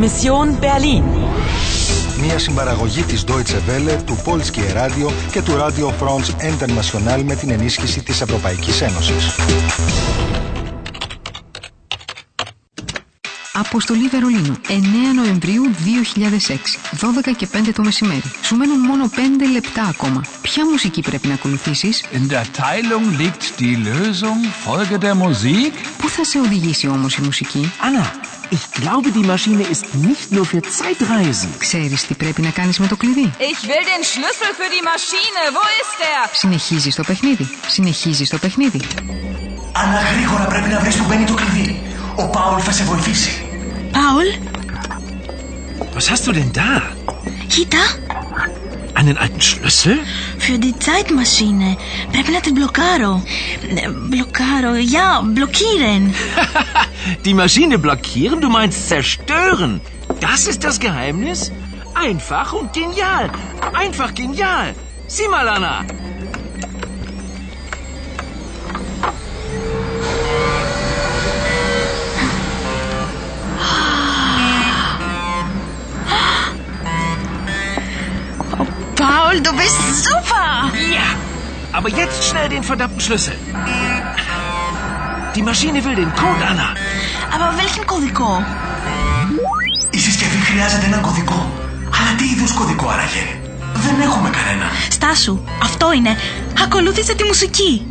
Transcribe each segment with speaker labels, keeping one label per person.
Speaker 1: Mission Berlin.
Speaker 2: Μια συμπαραγωγή της Deutsche Welle, του Polskie Radio και του Radio France International με την ενίσχυση της Ευρωπαϊκής Ένωσης.
Speaker 3: Αποστολή Βερολίνου, 9 Νοεμβρίου 2006, 12 και 5 το μεσημέρι. Σου μένουν μόνο 5 λεπτά ακόμα. Ποια μουσική πρέπει να ακολουθήσεις?
Speaker 4: In der Teilung liegt die Lösung. Folge der Musik.
Speaker 3: Πού θα σε οδηγήσει όμως η μουσική?
Speaker 5: Anna, ich glaube, die Maschine ist nicht nur für Zeitreisen.
Speaker 3: Ξέρεις τι πρέπει να κάνεις με το κλειδί?
Speaker 6: Ich will den Schlüssel für die Maschine. Wo ist er?
Speaker 3: Συνεχίζεις το παιχνίδι. Συνεχίζεις το παιχνίδι.
Speaker 7: Αλλά γρήγορα πρέπει να βρει που μπαίνει το κλειδί. Ο Πάουλ θα σε βοηθήσει.
Speaker 8: Paul?
Speaker 5: Was hast du denn da?
Speaker 8: Κοίτα,
Speaker 5: Einen alten Schlüssel?
Speaker 8: für die Zeitmaschine. Πρέπει να την μπλοκάρω. Ε, Μπλοκάρω, ja, blockieren.
Speaker 5: Die Maschine blockieren? Du meinst zerstören? Das ist das Geheimnis? Einfach und genial. Einfach genial. Sieh mal, Anna.
Speaker 8: Paul, du bist super.
Speaker 5: Ja. Aber jetzt schnell den verdammten Schlüssel. Die Maschine will den Code, Anna.
Speaker 8: Aber welchen κωδικό?
Speaker 7: Η συσκευή χρειάζεται έναν κωδικό. Αλλά τι είδου κωδικό άραγε. Δεν έχουμε κανένα.
Speaker 8: Στάσου, αυτό είναι. Ακολούθησε τη μουσική.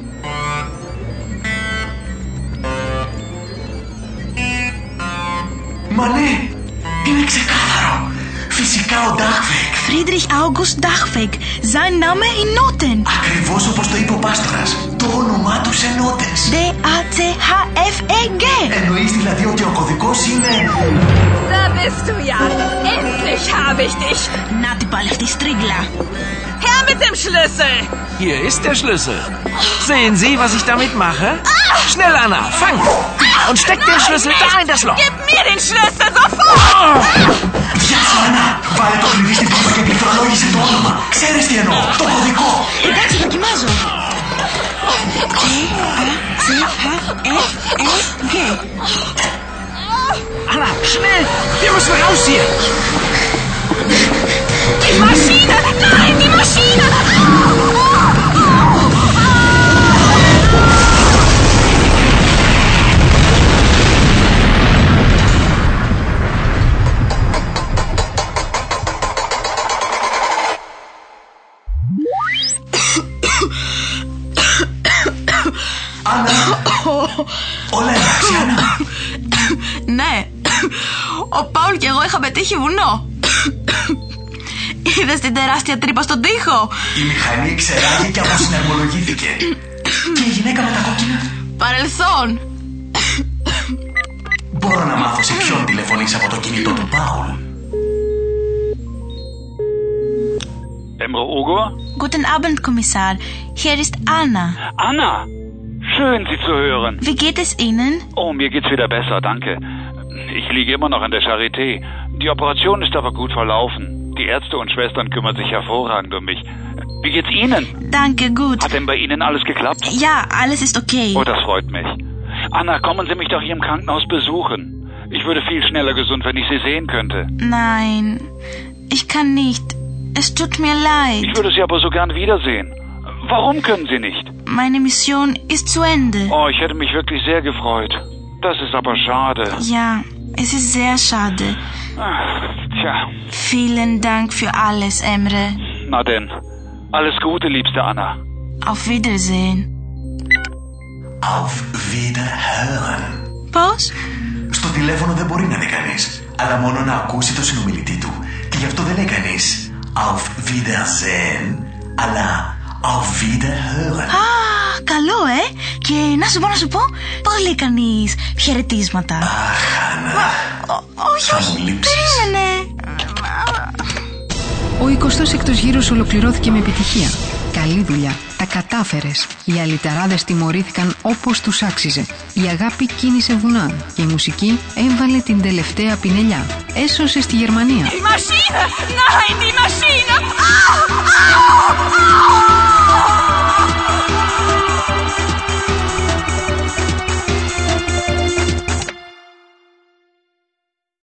Speaker 7: Μα ναι, είναι ξεκάθαρο. Φυσικά ο Ντάχβεκ.
Speaker 8: Friedrich August Dachweg. Sein Name in Noten.
Speaker 7: Ακριβώ όπω το είπε ο Πάστορα. Το όνομά του σε νότες.
Speaker 8: D-A-C-H-F-E-G.
Speaker 7: Εννοεί δηλαδή ότι ο κωδικό είναι.
Speaker 6: Da bist du ja. Endlich habe ich dich.
Speaker 8: Να την πάλι αυτή η στρίγκλα.
Speaker 6: Her mit dem Schlüssel.
Speaker 5: Hier ist der Schlüssel. Sehen Sie, was ich damit mache? Schnell, Anna, fang! Und steck den Schlüssel da in das Loch.
Speaker 6: Gib mir den Schlüssel sofort.
Speaker 7: Γεια σου, Άννα! Βάλε το κλειδί στην πόρτα και πληκτρολόγησε το όνομα. Ξέρει τι εννοώ. Το κωδικό.
Speaker 8: Εντάξει, δοκιμάζω. D-A-C-H-F-E-G.
Speaker 5: Anna, schnell! Wir müssen raus hier!
Speaker 6: Die Maschine. Nein, die Maschine.
Speaker 7: Άννα, όλα εντάξει, Άννα.
Speaker 8: Ναι. Ο Πάουλ και εγώ είχαμε πετύχει βουνό. Είδε την τεράστια τρύπα στον τοίχο.
Speaker 7: Η μηχανή ξεράγει και αποσυναρμολογήθηκε. και η γυναίκα με τα κόκκινα.
Speaker 8: Παρελθόν.
Speaker 7: Μπορώ να μάθω σε ποιον τηλεφωνείς από το κινητό του Πάουλ.
Speaker 9: Emre Ogur?
Speaker 8: Guten Abend, Kommissar. Hier ist Anna.
Speaker 9: Anna! Schön, Sie zu hören.
Speaker 8: Wie geht es Ihnen?
Speaker 9: Oh, mir geht's wieder besser, danke. Ich liege immer noch in der Charité. Die Operation ist aber gut verlaufen. Die Ärzte und Schwestern kümmern sich hervorragend um mich. Wie geht's Ihnen?
Speaker 8: Danke, gut.
Speaker 9: Hat denn bei Ihnen alles geklappt?
Speaker 8: Ja, alles ist okay.
Speaker 9: Oh, das freut mich. Anna, kommen Sie mich doch hier im Krankenhaus besuchen. Ich würde viel schneller gesund, wenn ich Sie sehen könnte.
Speaker 8: Nein, ich kann nicht. Es tut mir
Speaker 9: Ich
Speaker 8: leid.
Speaker 9: würde Sie aber so gern wiedersehen. Warum können Sie nicht?
Speaker 8: Meine Mission ist zu Ende.
Speaker 9: Oh, ich hätte mich wirklich sehr gefreut. Das ist aber schade.
Speaker 8: Ja, es ist sehr schade.
Speaker 9: Ah, Tja.
Speaker 8: Vielen Dank für alles, Emre.
Speaker 9: Na denn. Alles Gute, liebste Anna.
Speaker 8: Auf Wiedersehen.
Speaker 7: Auf Wiederhören.
Speaker 8: Πώς?
Speaker 7: Στο τηλέφωνο δεν μπορεί να δει κανείς, αλλά μόνο να ακούσει το συνομιλητή του. Και γι' αυτό δεν λέει κανείς Auf Wiedersehen, αλλά Auf Wiederhören.
Speaker 8: Α, καλό, ε! Και να σου πω, να σου πω, πώς λέει κανείς χαιρετίσματα.
Speaker 7: Αχ, Άννα.
Speaker 8: Ό, όχι,
Speaker 7: θα
Speaker 8: όχι,
Speaker 7: μου λείψεις.
Speaker 8: περίμενε.
Speaker 3: Ο 26ος γύρος ολοκληρώθηκε με επιτυχία. Καλή δουλειά. Τα κατάφερες. Οι αλυταράδες τιμωρήθηκαν όπως τους άξιζε. Η αγάπη κίνησε βουνά και η μουσική έβαλε την τελευταία πινελιά. Έσωσε στη Γερμανία.
Speaker 6: Die Maschine. Nein, die Maschine. Au, au, au.